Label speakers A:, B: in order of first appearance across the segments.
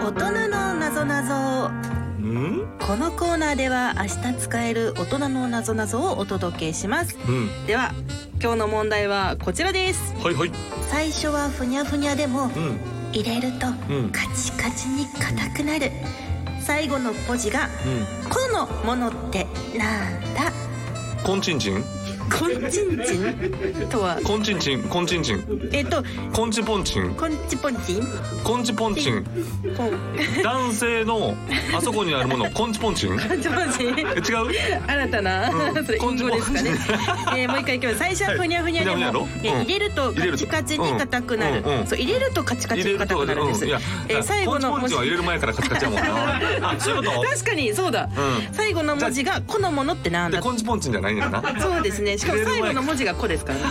A: 大人のなぞなぞ
B: うん
A: このコーナーでは明日使える大人のなぞなぞをお届けします
B: うん
A: では今日の問題はこちらです
B: はいはい
A: 最初はふにゃふにゃでも
B: うん
A: 入れると
B: うん
A: カチカチに硬くなる最後のポジが
B: うん
A: 「こ」のものってなんだ
B: コンチンチン
A: コンチンチンとは
B: コンチンチンコンチンチン
A: えっと
B: コンチポンチン
A: コンチポンチン
B: コンチポンチン
A: コン
B: 男性のあそこにあるものコンチポンチン
A: コンチポンチン
B: え違う
A: 新たな、
B: うん
A: それ
B: コン
A: 隠
B: チ
A: 語
B: ポン
A: ですかね、 えー、もう一回いきます最初は
B: はい
A: ふにゃふにゃで
B: ふにゃふ
A: も、
B: にゃ
A: え
B: やろうん
A: ー入れると
B: 入れ
A: カ
B: ると
A: チカチに硬くなる、
B: うんうん
A: そう入れるとカチカチに硬くなるんです、
B: いや、
A: えー最後の
B: コンチポンチンは入れる前からカチカチやもん なあそういうこと
A: 確かにそうだ、
B: う
A: 最後の文字が「こ」のものってなん
B: ん
A: だ
B: でコンチポンチンじゃないんだよな
A: そうですねしかも最後の文字が「こ」ですからね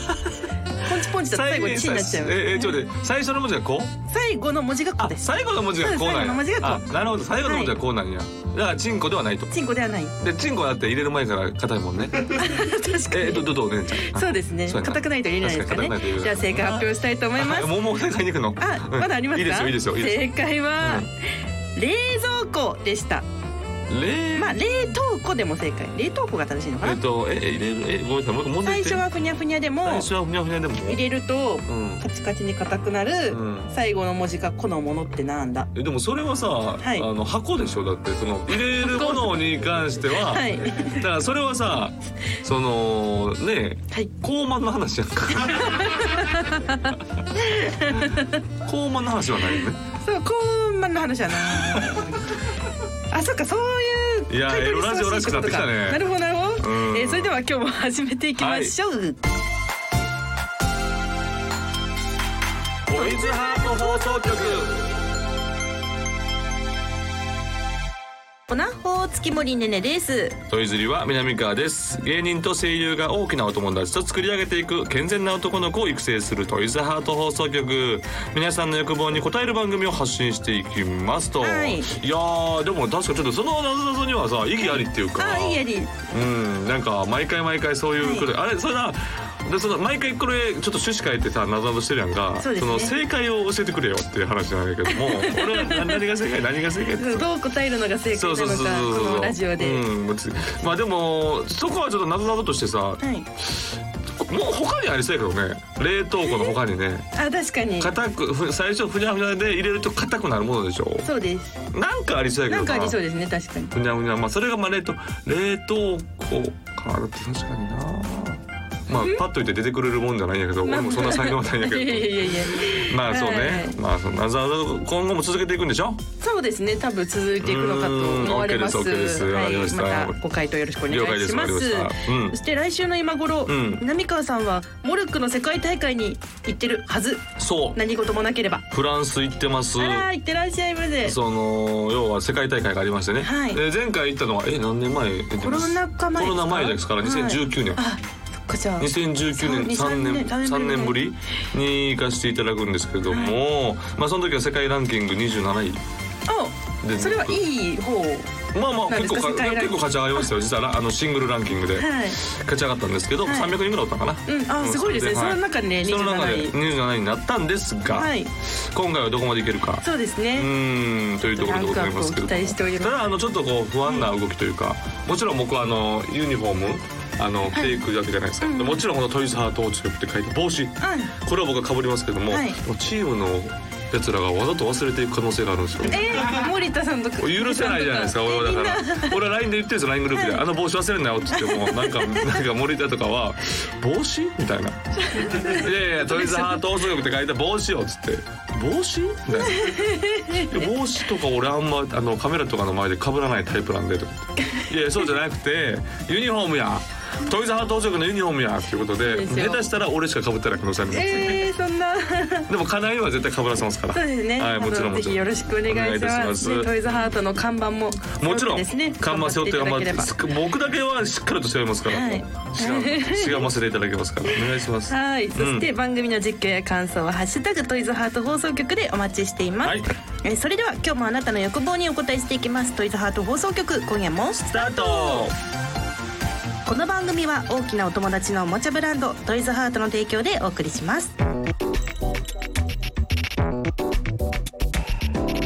A: ポンチポンチだと最後「ち」になっちゃう
B: ええちょっと待って最初の文字がこう
A: 最後の文字が「こ」
B: あ
A: です
B: 最後の文字がこうなんや
A: そう最後の文字がこ
B: あなるほど最後の文字がこうなんや、だからチンコではないと
A: チンコではない
B: でチンコだって入れる前から硬いもんね
A: 確か
B: えっと
A: に
B: どどうねんちゃん
A: そうですね
B: そうやな
A: 硬くないと入れないですから
B: 確かに硬くない
A: ね
B: と入れない
A: じゃあ正解発表したいと思います
B: あもうもうお願いに行くの
A: あ
B: うん
A: まだありますか
B: いいですよいいですよいいです
A: 正
B: よ
A: 解は、冷蔵庫でした
B: 冷
A: まあ冷凍庫でも正解冷凍庫が正しいのか
B: え
A: な、
B: っとええ入れるえごめんなさいもう一回
A: 最
B: 問題言って
A: 初はふにゃふにゃでも
B: 最初はふにゃふにゃでも
A: 入れると
B: うん
A: カチカチに硬くなる、
B: うん
A: 最後の文字が「こ」のものってなんだ
B: えでもそれはさ、
A: い
B: あの箱でしょだってその入れるものに関しては、
A: はい
B: だからそれはさそのね
A: はい
B: 高慢の話や んか高慢の話はないよね
A: そうこんまんの話 はないあそっかそういう
B: いや
A: 解答
B: エロラジオらしくなってきたね
A: なるほどなるほど、
B: うん
A: えーそれでは今日も始めていきましょう、
B: トイズハート放送局
A: おなほ月森ねねです
B: トイズリは南川です芸人と声優が大きなお友達と作り上げていく健全な男の子を育成するトイズハート放送局皆さんの欲望に応える番組を発信していきますと、
A: はい
B: いやーでも確かちょっとその謎々にはさ意義ありっていうか、
A: あいいやり
B: うん、なんか毎回毎回そういうこと、あれそれなでその毎回これちょっと趣旨変えてさ謎々してるやんか
A: そうですね
B: の正解を教えてくれよっていう話なんだけ ども俺はな何が正解何が正解って
A: どう答えるのが正解なのかこのラジオで、
B: うん、別にまあでもそこはちょっと謎々としてさもう
A: はい
B: 他にありそうやけどね冷凍庫の他にね
A: あ確かに
B: 硬くふ最初ふにゃふにゃで入れると硬くなるものでしょ
A: そうです
B: なんかありそうやけ
A: な
B: ど
A: んかありそう
B: う
A: ですね確かに
B: ふにゃふにゃまあそれがまあ冷凍冷凍庫かだって確かになまあパッと言って出てくれるもんじゃないんやけど俺もそんな才能はないんや
A: いやいや
B: けど
A: いやいや
B: まあそう
A: はいは
B: ね
A: い
B: まあその謎々今後も続けていくんでしょ
A: そうですね多分続いていくのかと思われます
B: うーん OK です OK ですわかりました
A: はい、またご回答よろしくお願
B: 了解
A: い
B: で
A: し
B: すわ
A: ま
B: か
A: す
B: りましたうん
A: そして来週の今頃、
B: うん
A: 南川さんはモルックの世界大会に行ってるはず
B: そう
A: 何事もなければ
B: フランス行ってます
A: あら行ってらっしゃいませ
B: その要は世界大会がありましてね、
A: はい
B: えー前回行ったのはえ何年前え
A: コロナ禍前
B: コロナ前ですから
A: はい
B: 2019年、
A: あそっかじゃあ
B: 2019年
A: そう
B: 3年
A: 23年
B: 3年ぶりに行かせていただくんですけども、まあその時は世界ランキング27位
A: お
B: で
A: それはいい方は
B: まあまあ
A: なんで
B: 結
A: すか
B: 構か
A: 世界ランキング
B: 結構勝ち上がりましたよ実はラあのシングルランキングで
A: い
B: 勝ち上がったんですけど、
A: はい
B: 300人ぐらいだったかな、
A: うんあすごいですね
B: は
A: その中でね
B: その中で
A: 27位
B: 27位になったんですが、
A: はい
B: 今回はどこまでいけるか
A: そうですね、
B: うーんというところでございますけど
A: ランクアップを期待しております
B: ただあのちょっとこう不安な動きというか、もちろん僕はあのユニフォームあの着ていくわけじゃないですか、
A: うんうん
B: もちろんこの「トイズハートチーム」って書いて帽子これは僕は被りますけども、
A: はい
B: チームのやつらがわざと忘れていく可能性があるんですよ
A: うん、えー、森田さんとか
B: 許せないじゃないですか俺はだ
A: みん
B: か
A: な
B: ら俺は LINE で言ってるんですよ LINE グループで「
A: はい
B: あの帽子忘れんなよ」って言ってもなんかなんか森田とかは「帽子?」みたいな「いやいやトイズハート放送局」って書いた帽子よっつって「帽子?」みたいなで帽子とか俺あんまあのカメラとかの前で被らないタイプなんでとかいやいやそうじゃなくてユニフォームやトイズハート放送局のユニフォームやっていうこと
A: そ
B: で
A: うですよ
B: 下手したら俺しか被ってない可能性あります
A: えー、そんな
B: でも家内は絶対被らせますから
A: そうですね、
B: はいもちろん
A: あの
B: も
A: ぜひ
B: ちろ
A: よ
B: ん
A: ろしくお願いし
B: お願い
A: ま
B: いた
A: す
B: します
A: トイズハートの看板も
B: もちろん、
A: ですね
B: 看板背負って頑張って
A: 頑張っていただけ
B: 僕だけはしっかりと背負いますから、
A: はい
B: もうしがしがませていただけますからお願いします
A: ればはいそして番組の実況や感想は「ハッシュタグトイズハート放送局」でお待ちしています、
B: はい
A: えーそれでは今日もあなたの欲望にお答えしていきますトイズハート放送局今夜も
B: スタート
A: この番組は大きなお友達のおもちゃブランドトイズハートの提供でお送りします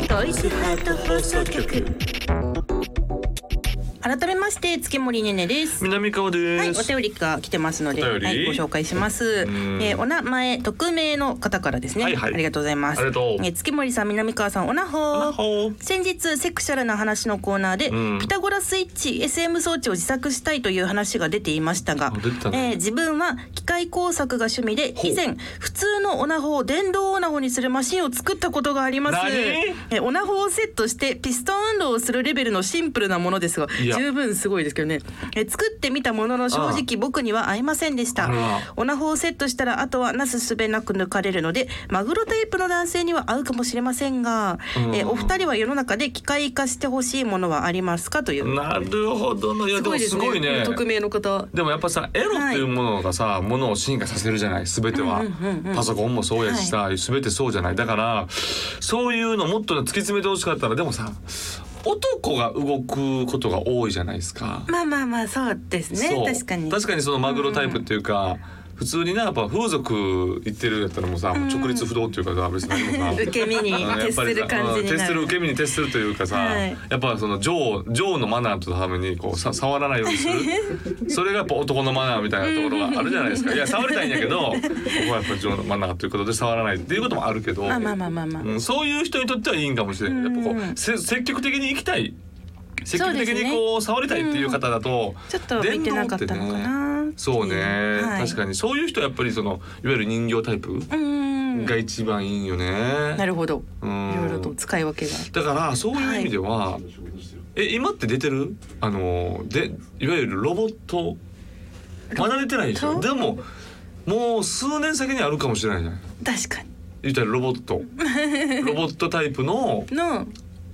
A: トトイズハート放送局改めまして月森ねねです
B: 南川です。
A: はい、お便りが来てますので、
B: お
A: は
B: 便
A: い
B: り、
A: ご紹介します。
B: うん
A: えーお名前、匿名の方からですね、
B: はいはい
A: ありがとうございます。
B: ありがとう
A: えー月森さん、南川さん、おな
B: あ
A: ほー。
B: ほ
A: 先日セクシャルな話のコーナーで、
B: うん
A: ピタゴラスイッチ SM 装置を自作したいという話が出ていましたが
B: あ出てたね
A: えー自分は機械工作が趣味で
B: ほう
A: 以前普通のオナホを電動オナホにするマシンを作ったことがあります
B: 何
A: えーオナホをセットしてピストン運動をするレベルのシンプルなものですが
B: いや
A: 十分すごいですけどね、えー作ってみたものの正
B: ああ
A: 直僕には合いませんでした
B: あら
A: オナホをセットしたらあとはなすすべなく抜かれるのでマグロタイプの男性には合うかもしれませんが、
B: うん
A: えーお二人は世の中で機械化してほしいものはありますかという
B: う。なるほどの。いやでもすごいね。
A: 匿名の方
B: でもやっぱさエロっていうものがさ、ものを進化させるじゃない全ては、
A: うんうんうんうん
B: パソコンもそうやしさ、全てそうじゃないだからそういうのもっと突き詰めてほしかったらでもさ男が動くことが多いじゃないですか。
A: まあまあまあそうです
B: そ
A: ね
B: う
A: 確かに
B: 確かにそのマグロタイプっていうか、普通になやっぱ風俗行ってるやったらもうさ、もう直立不動っていうかさ別に何もさ
A: 受け身に
B: あのや
A: 徹
B: っ
A: す
B: ぱり
A: る
B: さ
A: 感じ
B: うん
A: に
B: 徹
A: な
B: する
A: る
B: 受け身に徹するというかさ、
A: はい
B: やっぱその女王女王のマナーとためにこうさ触らないようにす るそれがやっぱ男のマナーみたいなところがあるじゃないですかいや触りたいんやけ どここはやっぱ女王のマナーということで触らないっていうこともあるけど、
A: まあまあまあまあまあ
B: うん、そういう人にとってはいいんかもしれない、やっぱこうせ積極的に行きたい積極的にこう触りたいっていう方だと、
A: ちょっと見てなかったのかなってい
B: そうね、
A: はい
B: 確かにそういう人はやっぱりそのいわゆる人形タイプ
A: うーん
B: が一番いいよね。
A: なるほど
B: うん
A: いろいろと使い分けが
B: だからそういう意味では、え今って出てるあのでいわゆるロボットまだ出てないでし
A: ロ
B: ょ
A: ボッ
B: でももう数年先にあるかもしれないじゃない
A: 確かに
B: 言ったらロ ボットロボットタイプの
A: の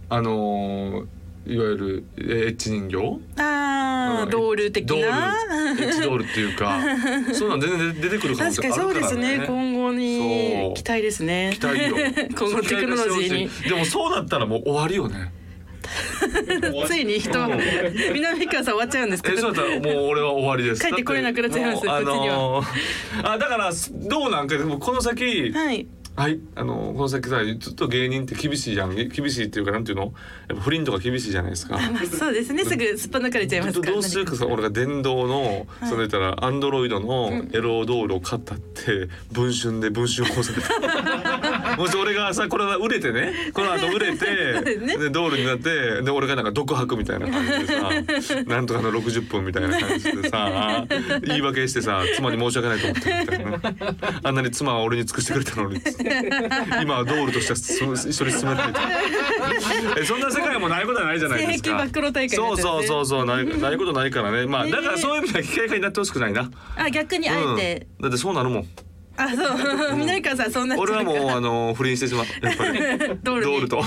B: あのいわゆるえエッチ人形
A: あ
B: う
A: ー
B: ん
A: ドール的
B: ドール
A: な
B: エッチドールっていうかそういうの全然出てくる可 能
A: 確か
B: 性
A: に
B: あ
A: そう
B: る
A: で
B: から
A: すね
B: ね。
A: 今後
B: そ
A: に
B: う
A: 期待ですね
B: 期待よ
A: 今後テクノロジーに
B: でもそうだったらもう終わりよ ね
A: ついに人は
B: うん
A: 南川さん終わっちゃうんですけ
B: え
A: ど
B: そうだったらもう俺は終わりです
A: 帰ってこれなくなっちゃいます
B: だってもうあのーあだからどうなんかでもこの先
A: はい
B: はいあのーこの先さずっと芸人って厳しいやん厳しいっていうかなんていうのやっぱ不倫とか厳しいじゃないですか
A: あまあそうですねすぐすっぱ抜かれちゃいます
B: ど
A: から
B: どうするかさ俺が電動の、
A: い
B: それ言ったらアンドロイドのエロドールを買ったって文春で文春 放送でもし俺がさこれは売れてねこの後売れ
A: そうで
B: て
A: すね
B: でドールになってで俺がなんか独白みたいな感じで さなんとかの60分みたいな感じでさ言い訳してさ妻に申し訳ないと思ってるみたいなあんなに妻は俺に尽くしてくれたのにっつって今はドールとしてそ一緒に進められてるえそんな世界もないことはないじゃないです
A: 性
B: か
A: 癖暴露大会にな
B: そ
A: っ
B: う
A: ちゃう
B: そ
A: ん
B: う
A: ですね
B: そうそうないないことないからねまあ
A: ねえ
B: だからそういう意味では機械化になってほしくないな、
A: あ逆にあ
B: うん、
A: え
B: だ
A: て
B: ってそうなるも ん
A: あそう南川さんそんな
B: 俺はもうあの不倫してしまう やっぱり
A: ドー
B: ド
A: ルに
B: ールと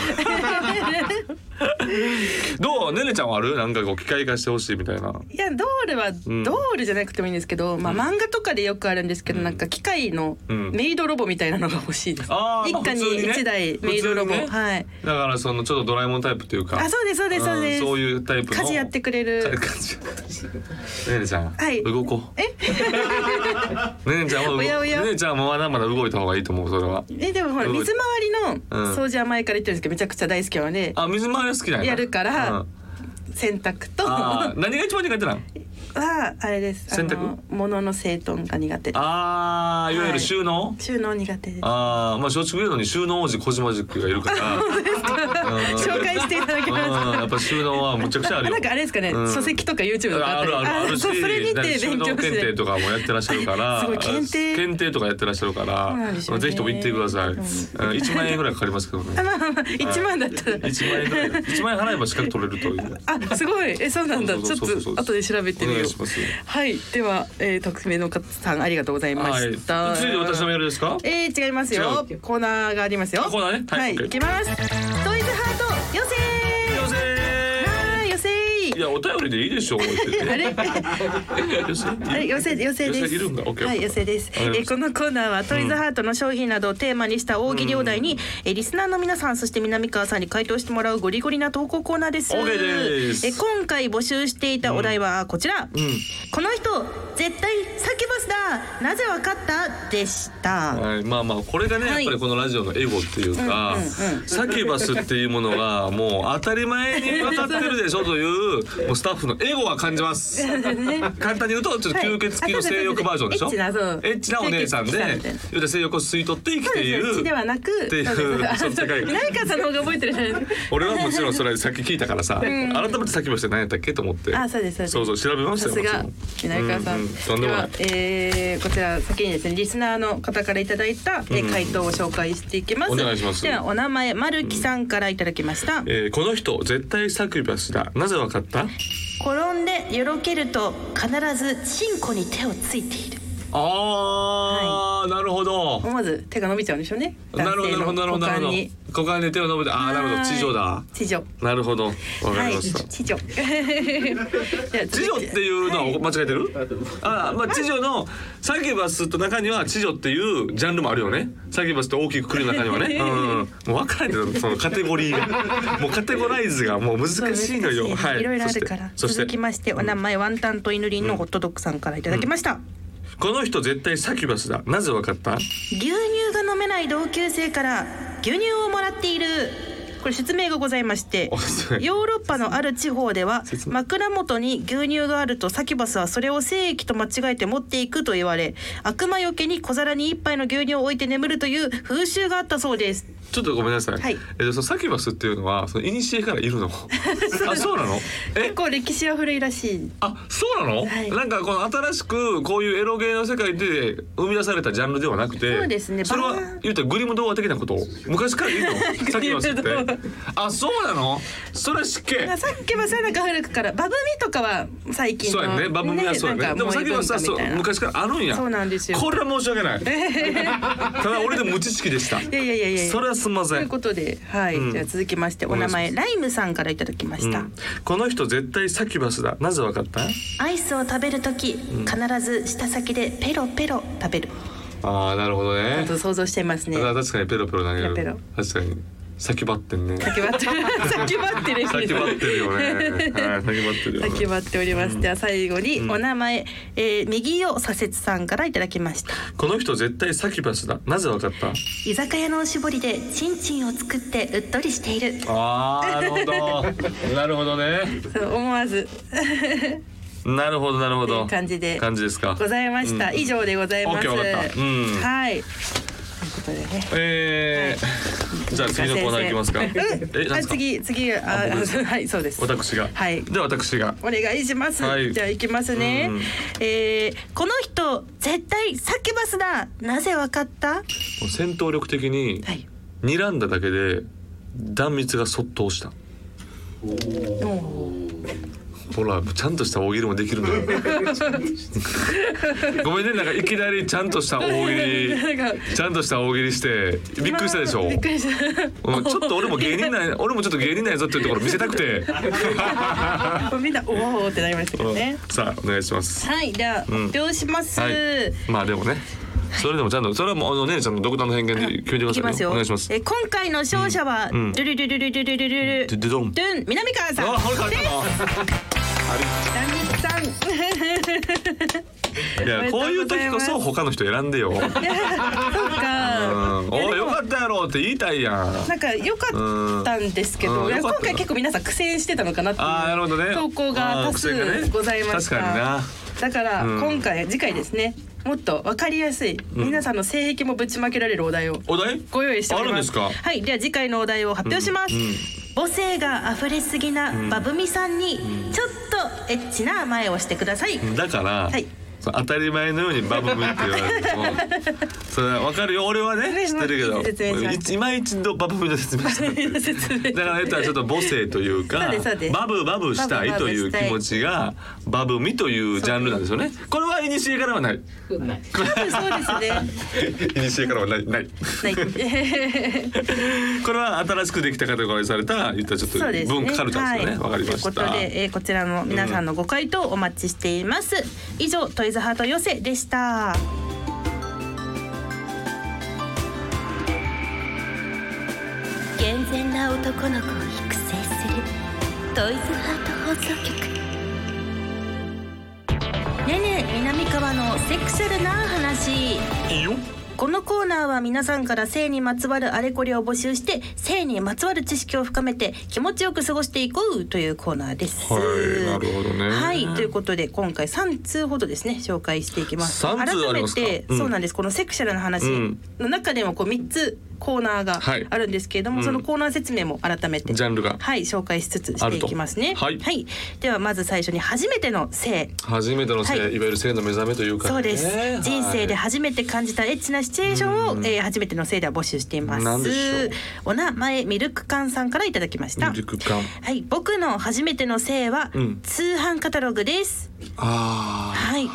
B: どうねねちゃんはあるなんかこう機械化してほしいみたいない
A: やドールはド
B: ん
A: ールじゃなくてもいいんですけど、まあ漫画とかでよくあるんですけど、なんか機械の
B: うん
A: メイドロボみたいなのが欲しいです。
B: あー
A: 一家
B: 普通
A: に
B: にね
A: 一台メイドロボ、
B: 普通にね
A: はい。
B: だからそのちょっとドラえもんタイプというか
A: あそうですそうですそうです。
B: んそういうタイプの
A: 家事やってくれる。
B: 感じねねちゃん、
A: はい
B: 動こ うえねねちゃんは動
A: おやおや
B: ねねちゃんはまだまだ動いた方がいいと思うそれは
A: えでもほら
B: うん
A: 水回りの
B: うん
A: 掃除は前から言ってるんですけどめちゃくちゃ大好きなので
B: あ水回りは好きなんや
A: やるから
B: うん
A: 洗濯と
B: あ
A: は
B: ー何が一番苦手 なの
A: あれです。あ
B: 洗濯
A: の物の整頓が苦手です。
B: ああいわゆる収納、
A: 収納苦手です。
B: ああまあ松竹芸能に収納王子小島塾がいる から
A: 紹介していただき
B: うん
A: ます。
B: やっぱ収納はむちゃくちゃあるよ
A: なんかあれですかね、
B: うん
A: 書籍とか YouTube とか
B: あるあるあるし
A: そうそれ見て
B: 収
A: 勉
B: 納
A: 強して
B: 検定とかもやってらっしゃるから
A: すごい検定
B: 検定とかやってらっしゃるか
A: そうなんですよ
B: ら
A: ね
B: ぜひとも行ってください、
A: う
B: うんん、1万円ぐらいかかりますけど
A: あ
B: ね
A: まあまあ 一万だったら
B: 1万円ぐらい一万円払えば資格取れるという
A: あすごいえそうなんだ
B: そう
A: ち
B: そ
A: ょ
B: う
A: っ
B: そうそうそう
A: と後で調べて
B: お
A: みよ
B: 願
A: う
B: いします
A: はいでは、えー、匿名の方さんありがとうございま
B: はい
A: した、
B: 続いて私のメールですか
A: えー、違いますよ
B: 違
A: コーナーがありますよ
B: あコーナーね
A: は
B: はい
A: い、
B: OK
A: いきますトイズハート予選
B: よせー
A: はい予選り
B: いやお便りでいいでしょう。
A: あれ
B: あ
A: はい、寄せ寄せです。
B: 寄せいるんだ OK
A: はい、寄せです。
B: わかり
A: え
B: まし
A: このコーナーはトイズハートの商品などをテーマにした大喜利お題に、えリスナーの皆さんそして南川さんに回答してもらうゴリゴリな投稿コーナーです。
B: OK です
A: え今回募集していたお題はこちら。
B: ん
A: この人絶対サキュバスだ。なぜわかったでした。
B: はい、まあまあこれがね、
A: はい
B: やっぱりこのラジオのエゴっていうか、サキュバスっていうものがもう当たり前に分かってるでしょというもうスタッフのエゴは感じます。簡単に言うとちょっと吸血鬼の性欲バージョンでしょ。
A: はいあそうそうそう
B: エッチなお姉さんで、
A: 吸血鬼さんみたい
B: 言
A: な
B: うて性欲を吸い取って生き
A: そう
B: てい
A: ですね。うちで
B: る。
A: はなく、
B: てい う
A: そうです
B: そう世界観
A: 南川さんの方が覚えてるじゃないですか。
B: 俺はもちろんそれさっき聞いたからさ、改めてサキュバスって何やったっけと思って。
A: あそうですそうです
B: そう調べました
A: さ
B: よ。
A: すが
B: もちろん
A: 南川さん。
B: ううとん
A: で
B: でもな。
A: はいえーこちら先にですねリスナーの方からいただいた、えー回答を紹介していきます。
B: お願いします
A: ではお名前まるきさんからいただきました。
B: えーこの人絶対サキュバスだ。なぜわかった？
A: 転んでよろけると必ずチンコに手をついている。
B: ああ、なるほど。
A: 思わず手が伸びちゃうんでしょうね。
B: なるほどなるほどなるほどなるほ
A: 男性
B: ど
A: の股間に。
B: 股間に手を伸べてああなるほど地上だ
A: はい。地上。
B: なるほどわか
A: は
B: り
A: い
B: ました。
A: 地上。じゃあ
B: 地上っていうのは間違えてる？ああまあ地上のサキュバスと中には地上っていうジャンルもあるよね。サキュバスって大きくくる中 にはね。うん。もう分かれてるそのカテゴリーが。もうカテゴライズがもう難しいの よ。
A: はい。いろいろあるから。
B: そして
A: 続きましてお名前ワンタンとイヌリンのホットドッグさんからいただきました。
B: この人絶対サキュバスだ。なぜわかった？
A: 牛乳が飲めない同級生から牛乳をもらっているこれ説明がございまして
B: おすごい
A: ヨーロッパのある地方では
B: 説明
A: 枕元に牛乳があるとサキュバスはそれを精液と間違えて持っていくと言われ悪魔よけに小皿に一杯の牛乳を置いて眠るという風習があったそうです
B: ちょっとごめんなさい。
A: はい
B: えっとそのサキュバスっていうのはその古からい るの。あそうなの？え
A: 結構歴史は古いらしい
B: あそうなの、
A: はい
B: なんかこの新しくこういうエロゲーの世界で生み出されたジャンルではなくて
A: そうですね
B: れは
A: バー
B: 言うたらグリム童話的なことを昔から言 うのさっきは知っ
A: グリム童
B: てあそうなのそれ知っけ
A: サキュバスはなんか古くからバブミとかは最近
B: そ
A: の
B: うやねバブミはそうやね
A: なんか
B: でもさっきはさ
A: 萌え文化みた
B: そう
A: いな
B: 昔からあるんや
A: そうなんですよ
B: これは申し訳 ないただ俺でも無知識でした
A: いやいやいやいや
B: それはすんま
A: と
B: せ
A: い
B: ん
A: うことで、はい、
B: うん
A: じゃあ続きましてお名前
B: お
A: ライムさんからいただきました。
B: うんこの人絶対サキュバスだなぜわかった
A: アイスを食べるとき、必ず舌先でペロペロ食べる。
B: ああなるほど
A: ちょ
B: ね
A: っと想像していますね。
B: あ確かにペロペロ投げる
A: ペロペ
B: 確かに先張ってんね
A: 先張ってる、 先張ってる。
B: 先張ってるよね。はい、先張ってるよ、ね。
A: 先張っております。では最後にお名前、えー右を左折さんからいただきました。
B: この人絶対サキュバスだ。なぜわかった？
A: 居酒屋のおしぼりでチンチンを作ってうっとりしている。
B: ああ、なるほ ど。なるほどね。
A: そう思わず
B: なるほどなるほ
A: とい
B: ど。
A: う感じで
B: 感じですか。
A: ございました。以上でございます。
B: OK わかったうん
A: はい。ということでね。
B: えーじゃあ次のコーナーいきますか。
A: うん
B: え、なん
A: あ
B: ですか？
A: 次次あ
B: あ僕ですか
A: あはいそうです。
B: 私が。
A: はい
B: で私が。
A: お願いします。
B: はい
A: じゃあ行きますね
B: うん。
A: えーこの人絶対サキュバスだ。なぜわかった？
B: もう戦闘力的に
A: はい。
B: 睨んだだけで断蜜がそっと落ちた。ほらちゃんとした大喜利もできるのよ。 ごめんねなんかいきなりちゃんとした大喜利
A: なんか
B: ちゃんとした大喜利してびっくりしたでしょ
A: びっ。くりした。
B: うんちょっと俺も芸人 なんや俺もちょっと芸人なんやぞっていうところ見せたくて。
A: みんなおおーってなりましたけどね。
B: さあお願いします。
A: はいでは
B: ん
A: 発表します。
B: はい。まあでもね。それでもちゃんとそれはもうお姉ちゃんの独断の偏見で決めてく
A: い
B: だ
A: き
B: さいね。
A: ますよ。
B: お願いします
A: え。ー今回の勝者は、
B: うん
A: ルルルルルルルルルル
B: ドゥドゥドン。
A: ドゥン南川さん。
B: あ、これ変わったの。
A: 南さん。
B: いやこういう時こそ他の人選んでよ。うん
A: そうか。いやで
B: お
A: も
B: いよかったやろって言いたいやん。
A: なんか良かったんですけ
B: うんう
A: ど、
B: ん
A: いや
B: 良か
A: 今
B: った
A: 回結構皆さん苦戦してたのかなって
B: あーなるほど
A: い
B: ね
A: う投稿が多
B: あー苦戦が
A: 数
B: ね
A: ございました。
B: 確かにな
A: だから
B: うん
A: 今回、次回ですね、もっとわかりやすい、皆さんの性癖もぶちまけられるお題を
B: お題？
A: ご用意しております。
B: あるんです
A: はい、では次回のお題を発表します。
B: うんうん
A: 母性が溢れすぎなバブミさんにちょっとエッチな甘えをしてください。
B: か。だから、
A: はい
B: そう当たり前のようにバブブって言われ てもそれは分かるよ俺はね知
A: 私
B: っ
A: も
B: てる
A: 説
B: け
A: 明し
B: ど
A: ます
B: いち今一度バブブの説明した
A: 説明
B: だからえっとちょっと母性という
A: そ
B: か
A: うですそうです
B: バブバブしたいという気持ちがバブミというジャンルなんですよねこれは古から はない
C: ない
A: そうですね
B: 古からはないな
A: な
B: い
A: い
B: これは新しくできたカテゴライズされた言ったらちょっと
A: そうですね
B: 文化カルチャーです
A: は
B: よね
A: い
B: わ、かりました
A: ということで、えー、こちらも皆さんのご回答お待ちしています、以上トイズハート寄せでした
D: 健全な男の子を育成するトイズハート放送局
A: ねえねえ南川のセクシャルな話
B: いいよ
A: このコーナーは皆さんから性にまつわるあれこれを募集して性にまつわる知識を深めて気持ちよく過ごしていこうというコーナーです。
B: はいなるほどね
A: はいということで今回三通ほどですね紹介していきます。
B: 三通ありますか
A: 改めて、
B: うん
A: そうなんですこのセクシャルな話
B: うん
A: の中でもこう三つコーナーが
B: はい
A: あるんですけれども、
B: うん
A: そのコーナー説明も改めて
B: ジャンルが
A: はい紹介しつつしていきますね。
B: あるとはい
A: ではまず最初に初めての性
B: 初めての性、
A: はい
B: い、わゆる性の目覚めというか、ね、
A: そうです、
B: はい
A: 人生で初めて感じたエッチなシチュエーションを、
B: うん
A: えー初めてのせいでは募集していま
B: なんでしょ
A: す
B: う
A: お名前ミルク缶さんからいただきました
B: ミルク缶
A: はい、僕の初めての性は、
B: うん
A: 通販カタログです
B: あー
A: はい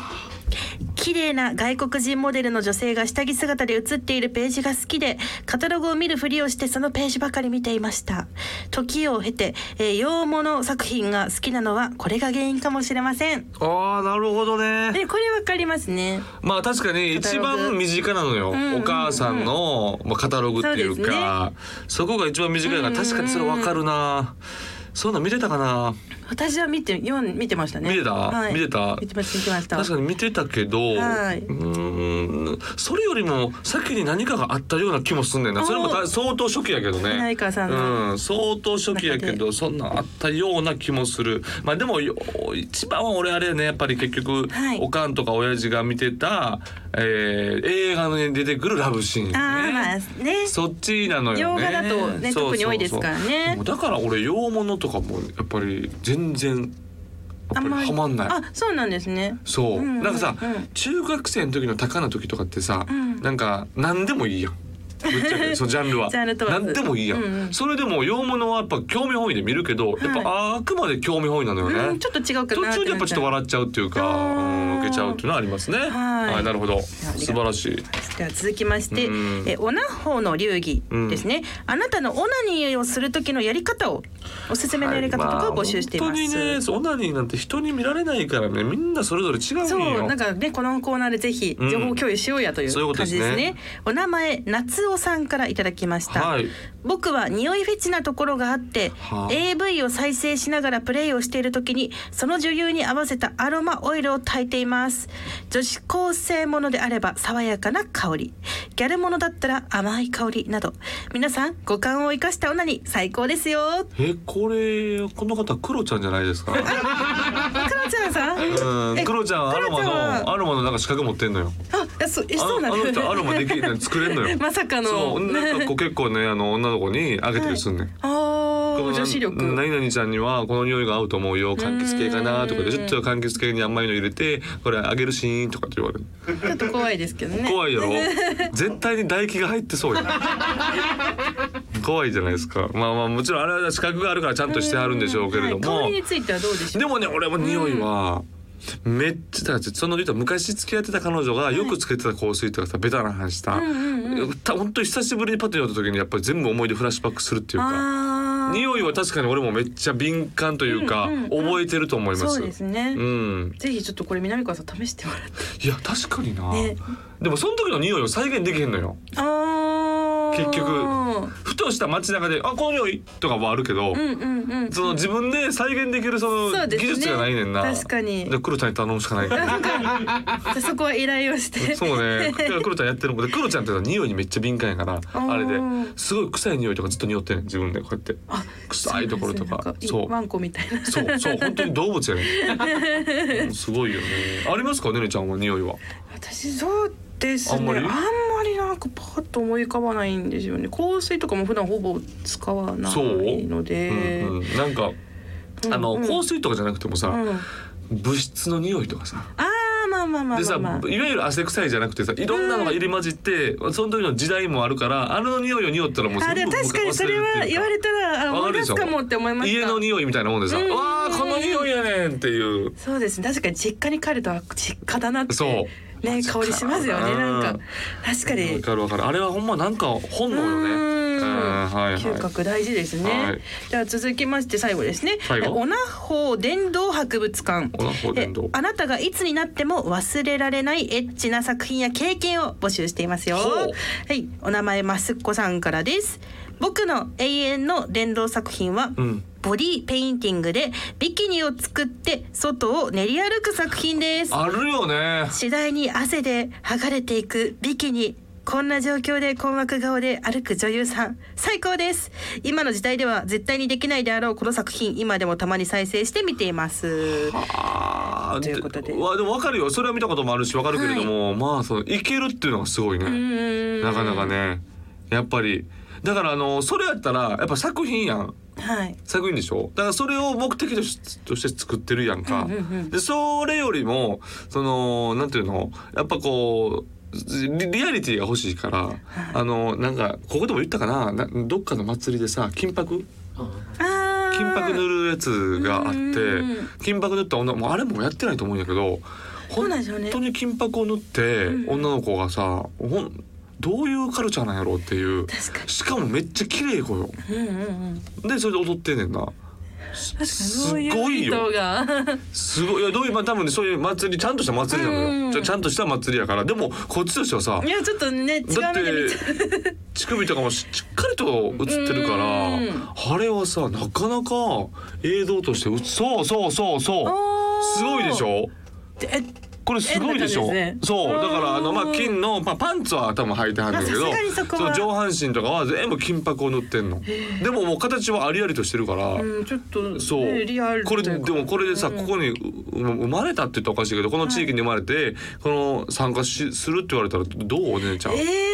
A: 綺麗な外国人モデルの女性が下着姿で写っているページが好きでカタログを見るふりをしてそのページばかり見ていました時を経て、えー洋物作品が好きなのはこれが原因かもしれま せん
B: あーなるほどね
A: でこれわかりますね
B: まあ確かに
A: カタ
B: 一
A: ログ
B: 番身近なの
A: ん
B: よ、
A: うんうん
B: お母さんの、まあ、カタログっていうかそこが一番身近だから確かにそれわかるな、そんなん見てたかな
A: 私は見て読ん見てましたね。
B: 見てた
A: はい、
B: 見てた
A: 見てました見てました。
B: 確かに見てたけど、
A: はいう
B: ーんそれよりも先に何かがあったような気もすんねんなそれ
A: お
B: もた相当初期やけどね
A: 成川さんの
B: うん、相当初期やけ
A: 中
B: どそんなんあったような気もするまあでもよ一番は俺あれやねやっぱり結局、
A: はい
B: おかんとか親父が見てた、えー映画に出てくるラブシーン、ね、
A: ああまあね。
B: そっちなのよね。
A: 洋画だとね
B: そう
A: 特に多いですからね
B: そうそうだから俺洋物とかもやっぱり全然やっぱりハマんない。
A: あそうなんですね。
B: そ
A: うん
B: う、
A: うん
B: なんかさ、
A: うん
B: 中学生の時の高な時とかってさ、
A: うん
B: なんか何でもいいやん。ぶっち ゃけそのジャンルは
A: ジャンル問わず
B: 何でもいいやん、
A: うんうん
B: それでも洋物はやっぱ興味本位で見るけど、やっぱあくまで興味本位なのよね、
A: うんちょっと違うか
B: 途
A: なってなっちゃう。
B: 中でやっぱちょっと笑っちゃうっていうか、
A: あー
B: うん、受けちゃうっていうのはありますね
A: はい
B: なるほど
A: ありがとう
B: 素晴らしい
A: では続きまして、
B: うん
A: えオナホの流儀ですね、あなたのオナニーをする時のやり方をおすすめのやり方とかを募集しています。
B: はいまあ本当にねオナニーなんて人に見られないからねみんなそれぞれ違うんよ
A: そうなんかねこのコーナーでぜひ情報共有しようやとい
B: そういう
A: う
B: こと
A: 感
B: です
A: じ
B: ね
A: ですね。お名前夏尾さんからいただきました。
B: はい
A: 僕は匂いフェチなところがあって、
B: はあ
A: AV を再生しながらプレイをしている時にその女優に合わせたアロマオイルを炊いています。女子高生ものであれば爽やかな香り、ギャルものだったら甘い香りなど、皆さん五感を生かしたオナに最高ですよ。
B: えこれこの方クロちゃんじゃないですか
A: クロちゃんさん。
B: うん、クロちゃんはアロマ
A: クロちゃん
B: の
A: は
B: アロマのなんか資格持ってんのよ。
A: あ、えそうえ
B: あ
A: そう
B: の
A: な
B: あ
A: ん
B: の
A: です
B: 人アロマできる作れんの
A: 。
B: よ
A: まさかの。
B: そうなんかこう結構ねあの女の子にあげたりすんねん。
A: あ
B: この
A: あ、女子力。
B: 何々ちゃんにはこの匂いが合うと思うよ柑橘系かなとか
A: う
B: で
A: ー
B: ち
A: ん
B: ょっと柑橘系に甘いの入れてこれあげるシーンとかって言われる
A: ちょっと怖いですけどね。
B: 怖いやろ絶対に唾液が入ってそ うや怖いじゃないですかまあまあもちろんあれは資格があるからちゃんとしてあるんでしょうけれども、
A: はい香りについてはどうでしょう。
B: でもね俺も匂いはめっちゃだからその言うたら昔付き合ってた彼女がよくつけてた香水とかさベタな話した、た本当に久しぶりにパッと寄った時にやっぱり全部思い出フラッシュバックするっていうか
A: ああ、
B: 匂いは確かに俺もめっちゃ敏感というか、
A: うんうん
B: 覚えてると思います
A: そうですね。
B: うん、
A: ぜひちょっとこれ南川さん試しても らって。
B: いや確かにな、
A: ね
B: でもその時の匂いを再現できへんのよ
A: ああ。
B: 結局ふとした街中で「あこの匂い」とかはあるけど、
A: うんうんうん。
B: その自分で再現できるそ
A: そ
B: の
A: うです
B: 技
A: ね
B: 術がないねんな
A: 確かに
B: で黒ちゃんに頼むしかないから
A: じゃあそこは依頼をして。
B: そうね。だからクロちゃんやってるもんで、クロちゃんってのは匂いにめっちゃ敏感やから、
A: ー
B: あれで、すごい臭い匂いとかずっと匂ってんねん自分でこうやって。臭いところと
A: なん
B: か。
A: い
B: そう
A: ワ。ンコみたいな。
B: そう、そう、本当に動物やねん。すごいよね。ありますか、ねねちゃんは匂いは。
A: 私そうですね。あ
B: あ
A: ん
B: ん
A: ま
B: ま
A: り
B: り
A: なんかパッと思い浮かばないんですよね。香水とかも普段ほぼ使わな
B: そう。
A: いので。
B: うんうん、なんか。あの、
A: うんうん
B: 香水とかじゃなくてもさ、
A: うん
B: 物質の匂いとかさ。
A: ああまああまあまあ
B: で
A: ま
B: さ
A: あ
B: い
A: まあ
B: わゆる汗臭いじゃなくてさいろんなのが入り混じって、その時の時代もあるからあの匂いを匂ったらもう
A: あで
B: 全
A: も
B: 部
A: 確かにそれは言われたらあ
B: わ
A: 思
B: か
A: い
B: る
A: 出
B: でし
A: す
B: ょ
A: かもって思いました
B: 家の匂いみたいなもんでさ「
A: うん
B: わあこの匂いやねん」っていう
A: そうですね確かに実家に帰るとあ実家だなって
B: そ
A: ね香りしますよね
B: うん
A: なんか確か
B: わ
A: に
B: かるわかるあれはほんまなんか本能よね
A: うーん
B: うんはいはい
A: 嗅覚大事ですね、
B: はい
A: では続きまして最後ですね
B: 最後
A: えオナホ電動博物館
B: オナホ殿堂
A: えあなたがいつになっても忘れられないエッチな作品や経験を募集していますよ
B: ほう
A: はいお名前マスっこさんからです僕の永遠の電動作品は、
B: うん
A: ボディペインティングでビキニを作って外を練り歩く作品です
B: あるよね
A: 次第に汗で剥がれていくビキニこんな状況で困惑顔で歩く女優さん最高です今の時代では絶対にできないであろうこの作品今でもたまに再生して見ています
B: あー
A: ということで
B: わでもわかるよそれは見たこともあるしわかるけれども、まあそのいけるっていうのがすごいね、
A: な
B: なかなかねやっぱりだからあのそれやったらやっぱ作品やん
A: はい
B: 作品でしょだからそれを目的としとして作ってるやんか、
A: うんうんうん
B: でそれよりもそのなんていうのやっぱこうリリアリティが欲しいから、あのなんかここでも言ったかななどっかの祭りでさ金箔
A: あー
B: 金箔塗るやつがあって
A: うん
B: 金箔塗った女もうあれもやってないと思うんやけど
A: そう
B: 本
A: なんですよね
B: 当に金箔を塗って
A: うん
B: 女の子がさほんどういうカルチャーなんやろうっていう
A: 確か
B: しかもめっちゃ綺麗い子よ
A: にうんうんうん
B: でそれで踊ってんねんなす
A: 確かに
B: す
A: そ
B: ご
A: ういう
B: いよ
A: 人が
B: すごいいやどういうまあ多分ねそういう祭りちゃんとした祭りなの
A: う
B: よ
A: ん
B: ちゃちゃんとした祭りやからでもこっちとしてはさ
A: いやちょっとね違う
B: だっ
A: 目で見ちゃう
B: て乳首とかもししっかりと映ってるから
A: うん
B: あれはさなかなか映像としてうそうそうそうそう
A: おー
B: すごいでしょ
A: え
B: これすごいでしょ
A: 変な感じですね
B: そうだからあのま
A: う
B: あ
A: ん
B: 金の、まあ、パンツは多分履いてはるんだけ
A: ま
B: ど
A: あさすがにそこは
B: 上半身とかは全部金箔を塗ってんのでももう形はありありとしてるから、
A: うんちょっとね
B: そう、
A: リアルと
B: こ
A: い
B: れ
A: うか
B: でもこれでさ、ここにうう生まれたって言ったらおかしいけどこの地域に生まれて、この参加しするって言われたらどうお姉ちゃん、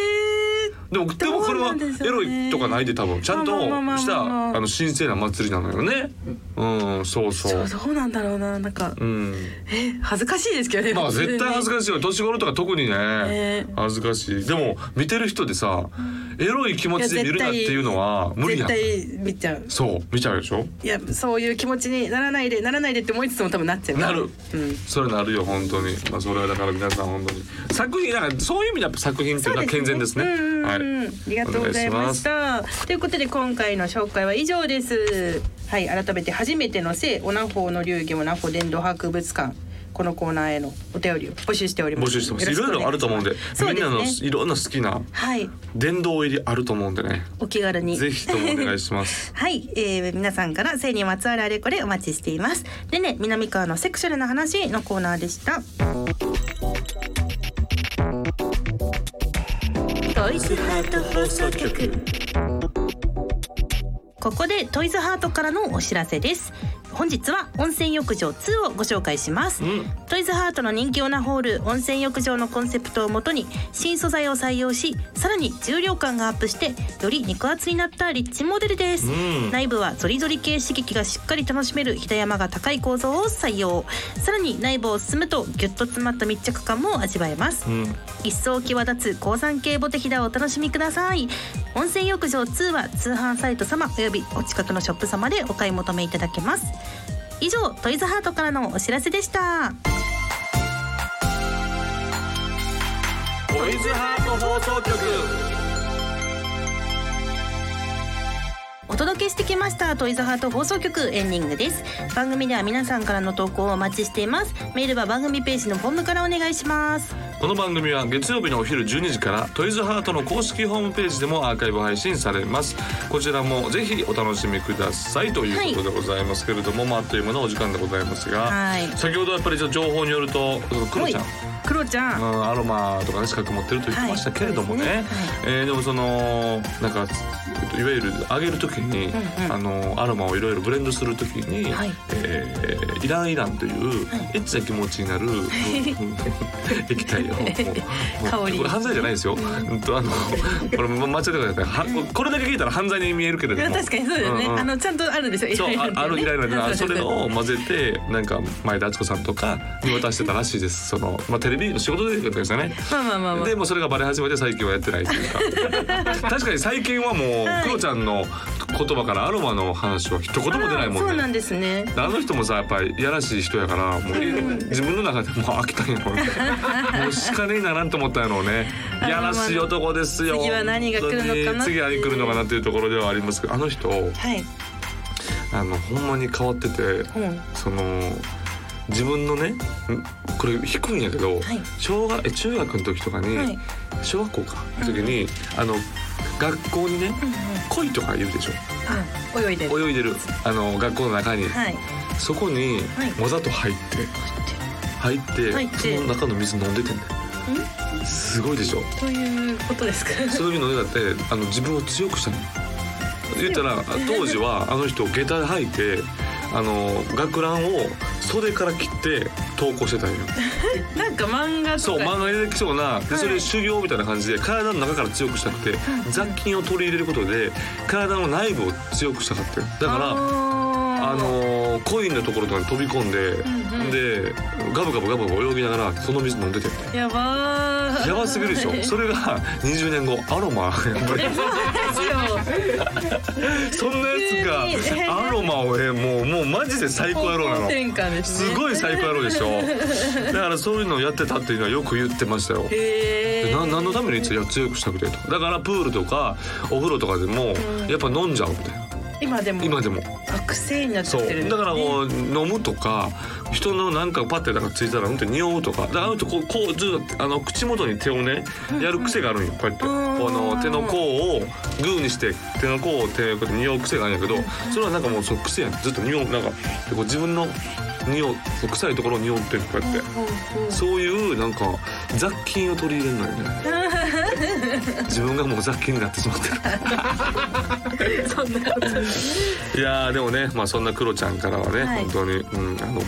A: えー
B: でもでもこれは
A: どうなんです
B: エ
A: よ
B: ロ
A: ね
B: いとかないで多分ちゃんと
A: まあまあまあまあ
B: した
A: まあ
B: あの神聖な祭りなのよねうんそうそ
A: そう
B: う
A: そうなんだろうななんか
B: うん
A: え恥ずかしいですけどね
B: まあ絶対恥ず
A: か
B: かしいよ年頃とか特にね
A: ね
B: 恥ずかしいでも見てる人でさエロい気持ちで見るなっていうのは無理や
A: 絶
B: ん
A: 対見ちゃう
B: そう見ちゃうでしょ
A: いやそういう気持ちにならないでならないでって思いつつも多分なっちゃう
B: なる
A: うん
B: それなるよ本当にまあそれはだから皆さん本当に作品だからそういう意味でやっぱ作品っていうのは健全ですね
A: そううんうん
B: はい
A: うんありがとうございました。ということで今回の紹介は以上です。はい、改めて初めての性オナホの流儀オナホ伝道博物館。このコーナーへのお便りを募集しておりま
B: 募
A: す。
B: 集してますい
A: よ
B: ろい
A: しくお願し
B: ろあると思うんで
A: そう
B: みん
A: で
B: な
A: す
B: の
A: ね。
B: いろんな好きな
A: はい、
B: 殿堂入りあると思うんでね
A: お気軽に。
B: ぜひともお願いし ます
A: はい、えー、皆さんから性にまつわるあれこれお待ちしています。でね、南川のセクシャルな話のコーナーでした。
D: トイズハート放送局
A: ここでトイズハートからのお知らせです本日は温泉浴場2をご紹介します、
B: うん
A: トイズハートの人気オナホール温泉浴場のコンセプトをもとに新素材を採用しさらに重量感がアップしてより肉厚になったリッチモデルです、
B: うん
A: 内部はゾリゾリ系刺激がしっかり楽しめるひだ山が高い構造を採用さらに内部を進むとギュッと詰まった密着感も味わえます
B: う、ん
A: 一層際立つ高山系ボテヒダをお楽しみください温泉浴場2は通販サイト様およびお近くのショップ様でお買い求めいただけます以上トイズハートからのお知らせでした
B: トイズハート放送局
A: お届けしてきましたトイズハート放送局エンディングです番組では皆さんからの投稿をお待ちしていますメールは番組ページのフォームからお願いします
B: この番組は月曜日のお昼12時からトイズハートの公式ホームページでもアーカイブ配信されますこちらもぜひお楽しみくださいということでございますけれども、まああっという間のお時間でございますが、
A: はい
B: 先ほどやっぱりちょっと情報によるとそのクロちゃん
A: はいクロちゃん
B: うんアロマとかね資格持ってると言ってましたけれどもね、
A: はい
B: えーでもそのなんかといわゆる揚げる時に、あのアロマをいろいろブレンドする時に、
A: はい
B: えーイランイランというエッチな気持ちに なる、液体をもうもう
A: 香り
B: これ犯罪じゃないですよ。うんとあのこれ間違ってください。はこれだけ聞いたら犯罪に見えるけれども。
A: 確かにそうだよね、
B: んん
A: あのちゃんとあるんですよ
B: そう
A: いろいろ
B: あ
A: ね
B: あるイライラで、あ
A: そう
B: そ
A: そう
B: れ
A: そう
B: を混ぜてなんか前田敦子さんとかに渡してたらしいですその、まあ、テレビの仕事でですよね
A: まあまあまあまあ
B: でもうそれがバレ始めて最近はやってない というか確かに最近はも
A: はいう
B: クロちゃんの言葉からアロマの話は一言も出ない
A: あらそ
B: も
A: うんな
B: ね
A: んですね
B: あの人もさやっぱりいやらしい人やからもう自分の中でもう飽きたんやろうね もうしかねえならんと思ったんやろうねいやらしい男ですよ
A: 次は何が来るのかなっていう
B: 本当に次は何来るのかなっていうところではありますけどあの人
A: はい、
B: あのほんまに変わってて
A: うん、
B: その自分のねんこれ低いんやけど、
A: はい
B: 小学え中学の時とかに、
A: はい
B: 小学校かの時に、あの学校にね鯉とかいるでし
A: うん泳いでる
B: ょ泳いでるあの学校の中に、
A: はい
B: そこに
A: はい
B: わざと入って、入って
A: 入って
B: その中の水飲んでてんだよすごいでしょ
A: ということですか
B: その時飲んでたってあの自分を強くしたの言ったら当時はあの人下駄履いてあの学ランを袖から切って投稿してたんよ
A: なんか漫画とか
B: そう漫画に出てきそうなでそ
A: は
B: れ
A: い
B: 修行みたいな感じで体の中から強くしたくて雑菌を取り入れることで体の内部を強くしたかったよだからあ
A: あー
B: のーコインのところとかに飛び込んで、
A: んうん
B: でガブガブガブガブ泳ぎながらその水飲んでて
A: やばー
B: やばすぎ るでしょそれが20年後アロマやっぱり
A: そうですよ
B: そんなやつがアロマをえもうもうマジで最高野郎な
A: 方
B: の
A: 向。転換ですね
B: すごい最高野郎でしょ。 だからそういうのをやってたっていうのはよく言ってましたよ。
A: へ
B: で
A: ー
B: な何のためにいつや強くしたくてとだからプールとかお風呂とかでもやっぱ飲んじゃうみたいな
A: 今でも
B: 今でも
A: 学生になっちゃ
B: そ
A: ってるん
B: う
A: です
B: だから
A: ね
B: こう飲むとか人のなんかパッてなんかついたらうんって匂うとかだからあの人こうこうずっとあの口元に手をねやる癖があるんよこうやってこ
A: うん
B: の手の甲をグーにして手の甲を手こうやって匂う癖があるんやけどそれはなんかもうその癖やんずっと匂うなんかこう自分の匂うそう臭いところを匂ってるこうやってそういうなんか雑菌を取り入れるのよね自分がもう雑菌になってしまってる
A: そんなこと
B: いやーでもね、まあ、そんなクロちゃんからはね、
A: はい
B: 本当に、うん、あの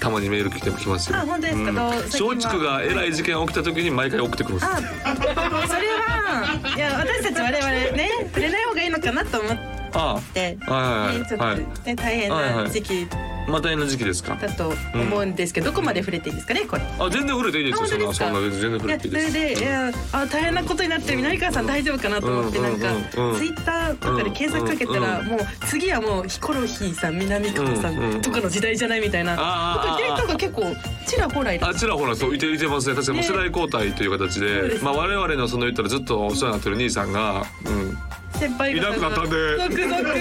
B: たまにメール来てきますよ。
A: あ本当ですかどう最近は
B: 松竹がえらい事件起きた時に毎回送ってくるんです
A: あそれはいや私たち我々ね触れない方がいいのかなと思っ
B: あ
A: て、
B: あはい
A: ねちょっと、
B: はい、は
A: ね
B: い、
A: 大変な時期
B: また絵の時期ですか
A: だと思うんですけど、どこまで触れていいですかねこれ。
B: あ全然触れていいですよ
A: あ
B: そ
A: 本
B: ん
A: 当
B: な
A: ですか
B: そんな全然触
A: い
B: れ
A: や
B: てい
A: そ
B: いで
A: れ
B: す
A: でいやあ大変なことになってる成川さん大丈夫かなと思って
B: うん
A: なんか
B: うんうん
A: ツイッターとかで検索かけたら
B: うん
A: もう次はもうヒコロヒーさん南川さ
B: うんうん
A: んとかの時代じゃないみたいな
B: あ
A: 僕データ
B: あ
A: が結構ちらほらいる
B: あちらほらそういていてますね確かにもう世代交代という形で,、
A: そうです
B: まあ、我々のその言ったらずっとお世話になってる兄さんが、うん、
A: 先輩方が
B: いなくなったんで
A: 続々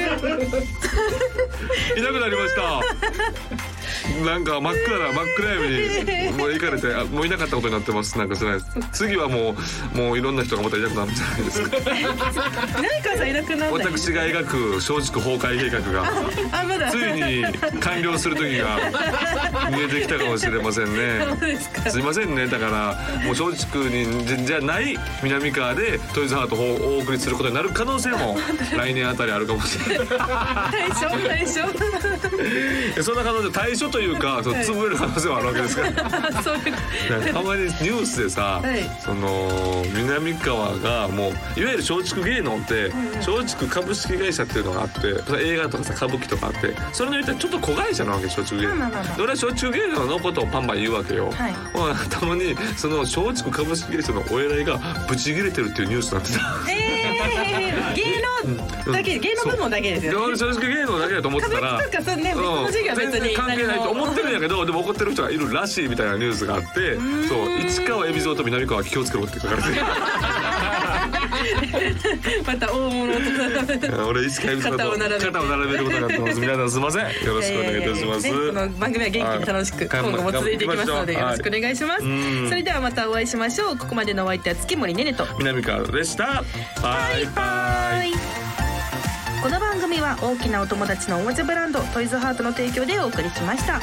B: いなくなりました。なんか真っ暗な真っ暗闇にもう行かれてあもういなかったことになってますなんか知らないです次はもうもういろんな人がまたいなくなるんじゃないですか
A: 南川さんいなくならない
B: 私が描く松竹崩壊計画が
A: あまだ
B: ついに完了する時が見えてきたかもしれませ
A: そ
B: ん
A: う
B: ね
A: ですか
B: すいませんねだからもう松竹にじじゃない南川でトイズハートをお送りすることになる可能 性も来年あたりあるかもしれない
A: 対象対象
B: いやそんな可能性対処というかそう潰れる可能性もあるわけですから
A: そういう
B: たまにニュースでさ、
A: はい
B: その南川がもういわゆる松竹芸能って松竹株式会社っていうのがあって映画とかさ歌舞伎とかあってそれの言ったらちょっと子会社なわけ松竹芸能、
A: まあまあまあ
B: で俺は松竹芸能のことをパンパン言うわけよ、
A: はい
B: ほらたまにその松竹株式会社のお偉いがブチ切れてるっていうニュースになってた
A: えー、芸能だけ芸能部門だけです
B: いや
A: よ
B: 俺
A: ね
B: 松竹芸能だけだと思ってたら
A: 歌舞伎とかそうね別の授業は別
B: 全
A: に
B: 然関係ないと思ってるんやけどでも怒ってる人がいるらしいみたいなニュースがあってそう市川海老蔵と南川は気をつけろって書かれてる
A: また大物と
B: 俺市川海老
A: 肩を並べ
B: 蔵
A: て
B: と肩を並べることがあってます皆さんすいませんよろしくお願いいたします
A: ねこの番組は元気に楽しく
B: はい
A: 今後も続いていきますのでよろしくお願いします、
B: はいうん
A: それではまたお会いしましょうここまでのお相手は月森ねねと
B: 南川でしたバイバイ
A: この番組は大きなお友達のおもちゃブランドトイズハートの提供でお送りしました